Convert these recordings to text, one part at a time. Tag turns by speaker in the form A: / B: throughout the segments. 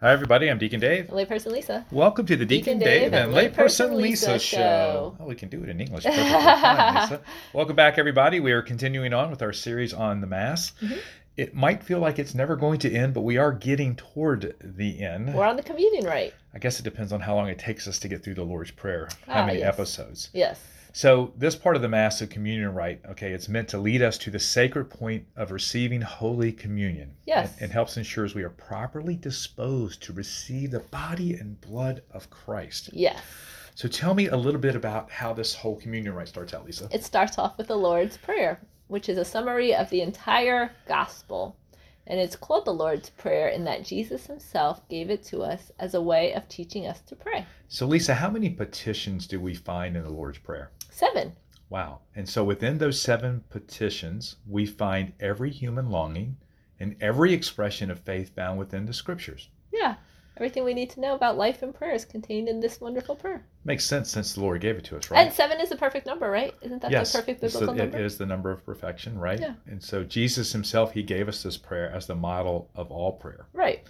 A: Hi, everybody. I'm Deacon Dave.
B: Layperson Lisa.
A: Welcome to the Deacon, Dave, and Layperson Lisa, show. Oh, we can do it in English. perfectly fine, Lisa. Welcome back, everybody. We are continuing on with our series on the Mass. It might feel like it's never going to end, but we are getting toward the end.
B: We're on the communion rite.
A: I guess it depends on how long it takes us to get through the Lord's Prayer,
B: Ah,
A: how many
B: yes.
A: episodes.
B: Yes.
A: So, this part of the Mass of Communion Rite, okay, it's meant to lead us to the sacred point of receiving Holy Communion.
B: Yes.
A: And, and helps ensures we are properly disposed to receive the body and blood of Christ.
B: Yes.
A: So, tell me a little bit about how this whole Communion Rite starts out, Lisa.
B: It starts off with the Lord's Prayer, which is a summary of the entire gospel. And it's called the Lord's Prayer in that Jesus himself gave it to us as a way of teaching us to pray.
A: So, Lisa, how many petitions do we find in the Lord's Prayer?
B: Seven.
A: Wow. And so, within those seven petitions, we find every human longing and every expression of faith found within the scriptures.
B: Yeah. Everything we need to know about life and prayer is contained in this wonderful prayer.
A: Makes sense since the Lord gave it to us, right?
B: And seven is the perfect number, right? Isn't that the perfect
A: it's the-
B: biblical number?
A: It is the number of perfection, right?
B: Yeah.
A: And so Jesus himself, he gave us this prayer as the model of all prayer.
B: Right.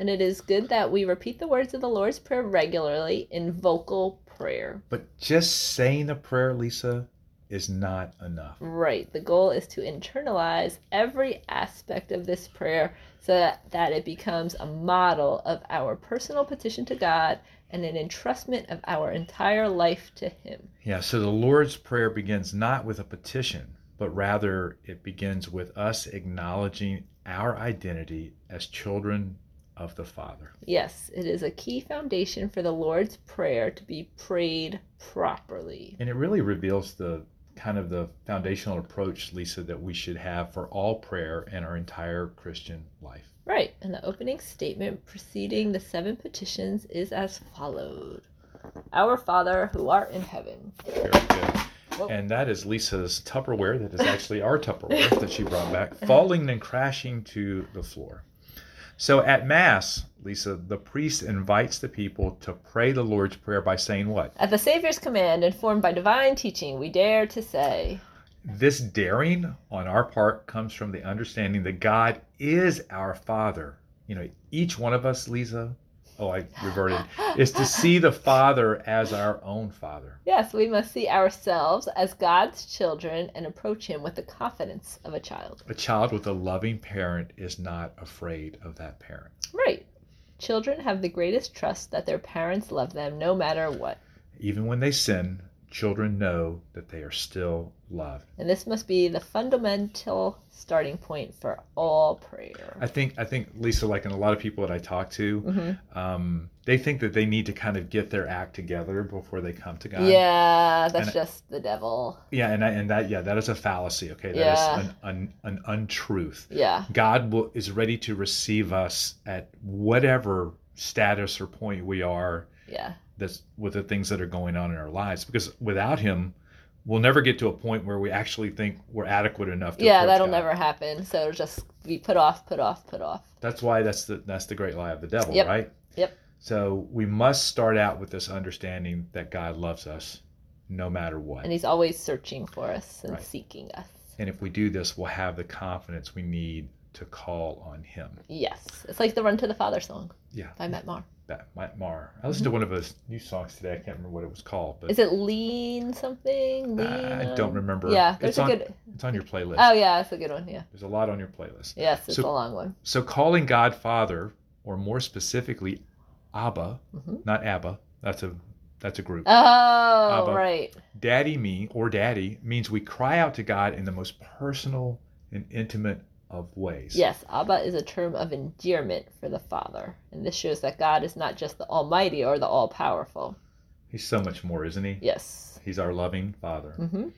B: And it is good that we repeat the words of the Lord's Prayer regularly in vocal prayer.
A: But just saying the prayer, Lisa, is not enough.
B: Right. The goal is to internalize every aspect of this prayer so that, that it becomes a model of our personal petition to God and an entrustment of our entire life to Him.
A: Yeah, so the Lord's Prayer begins not with a petition, but rather it begins with us acknowledging our identity as children of the Father.
B: Yes, it is a key foundation for the Lord's Prayer to be prayed properly.
A: And it really reveals the kind of the foundational approach, Lisa, that we should have for all prayer and our entire Christian life.
B: Right. And the opening statement preceding the seven petitions is as followed Our Father who art in heaven.
A: Very good.
B: Whoa.
A: And that is Lisa's Tupperware that is actually our Tupperware that she brought back, falling and crashing to the floor. So at Mass, Lisa, the priest invites the people to pray the Lord's Prayer by saying what?
B: At the Savior's command, informed by divine teaching, we dare to say,
A: This daring on our part comes from the understanding that God is our Father. You know, each one of us, Lisa, oh, I reverted, is to see the Father as our own Father.
B: Yes, we must see ourselves as God's children and approach Him with the confidence of a child.
A: A child with a loving parent is not afraid of that parent.
B: Right. Children have the greatest trust that their parents love them no matter what.
A: Even when they sin, children know that they are still loved.
B: And this must be the fundamental starting point for all prayer.
A: I think I think Lisa, like in a lot of people that I talk to,
B: hmm
A: um, they think that they need to kind of get their act together before they come to God.
B: Yeah, that's
A: And-
B: just the devil.
A: yeah, and I, and that yeah, that is a fallacy. Okay, that is
B: Yeah.
A: an, an an untruth.
B: Yeah.
A: God will, is ready to receive us at whatever status or point we are.
B: Yeah.
A: That's with the things that are going on in our lives, because without Him, we'll never get to a point where we actually think we're adequate enough. To
B: Yeah,
A: approach
B: that'll
A: God.
B: never happen. So it'll just be put off, put off, put off.
A: That's why that's the that's the great lie of the devil,
B: Yep.
A: right?
B: Yep.
A: So we must start out with this understanding that God loves us no matter what.
B: And
A: And,
B: He's always searching for us and
A: Right.
B: seeking us.
A: if we do this, we'll have the confidence we need to call on him.
B: Yes. It's like the Run to the Father song
A: Yeah.
B: by Matt Maher.
A: That might Mar. I listened to one of his new songs today. I can't remember what it was called, but
B: Is it lean something? Lean
A: I don't
B: on-
A: remember.
B: Yeah,
A: It's
B: there's a
A: on,
B: good.
A: it's on your playlist.
B: Oh yeah, it's a good one. Yeah.
A: There's a lot on your playlist.
B: Yes, it's
A: So-
B: a long one.
A: So calling God Father, or more specifically, Abba,
B: Mhm.
A: not Abba. That's a that's a group.
B: Oh
A: Abba.
B: right.
A: Daddy me or daddy means we cry out to God in the most personal and intimate of ways.
B: Yes, Abba is a term of endearment for the Father, and this shows that God is not just the Almighty or the All Powerful.
A: He's so much more, isn't he?
B: Yes.
A: He's our loving father.
B: hmm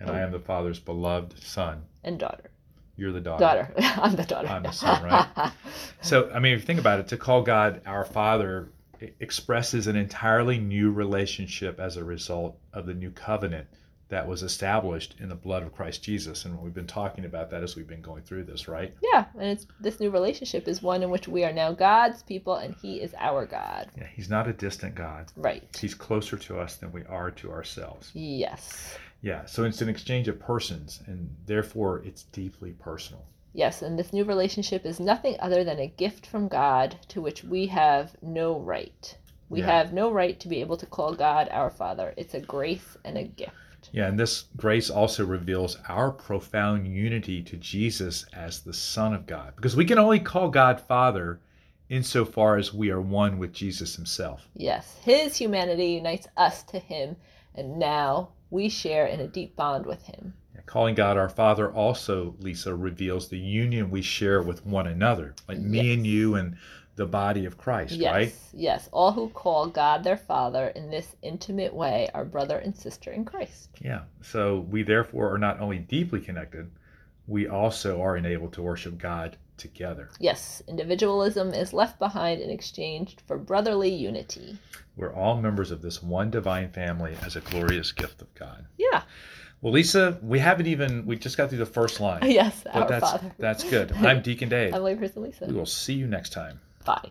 A: And I am the father's beloved son.
B: And daughter.
A: You're the daughter.
B: Daughter. I'm the daughter.
A: I'm the son, right? So, I mean, if you think about it, to call God our father it expresses an entirely new relationship as a result of the new covenant that was established in the blood of Christ Jesus. And we've been talking about that as we've been going through this, right?
B: yeah, and it's this new relationship is one in which we are now God's people, and He is our God.
A: Yeah, he's not a distant God.
B: Right.
A: He's closer to us than we are to ourselves.
B: Yes.
A: Yeah, so it's an exchange of persons, and therefore it's deeply personal.
B: Yes, and this new relationship is nothing other than a gift from God to which we have no right. We
A: Yeah.
B: have no right to be able to call God our Father. It's a grace and a gift.
A: Yeah, and this grace also reveals our profound unity to Jesus as the Son of God, because we can only call God Father insofar as we are one with Jesus himself.
B: Yes, His humanity unites us to Him, and now we share in a deep bond with Him.
A: Yeah, calling God our Father also, Lisa, reveals the union we share with one another, like me and you and the body of Christ,
B: Yes,
A: right?
B: yes. All who call God their Father in this intimate way are brother and sister in Christ.
A: Yeah. So we therefore are not only deeply connected, we also are enabled to worship God together.
B: Yes, individualism is left behind and exchanged for brotherly unity.
A: We're all members of this one divine family as a glorious gift of God.
B: Yeah,
A: Well, Lisa, we haven't even, we just got through the first line.
B: yes,
A: But
B: our
A: that's,
B: Father.
A: that's good. I'm Deacon Dave.
B: I'm layperson Lisa.
A: We will see you next time.
B: Bye.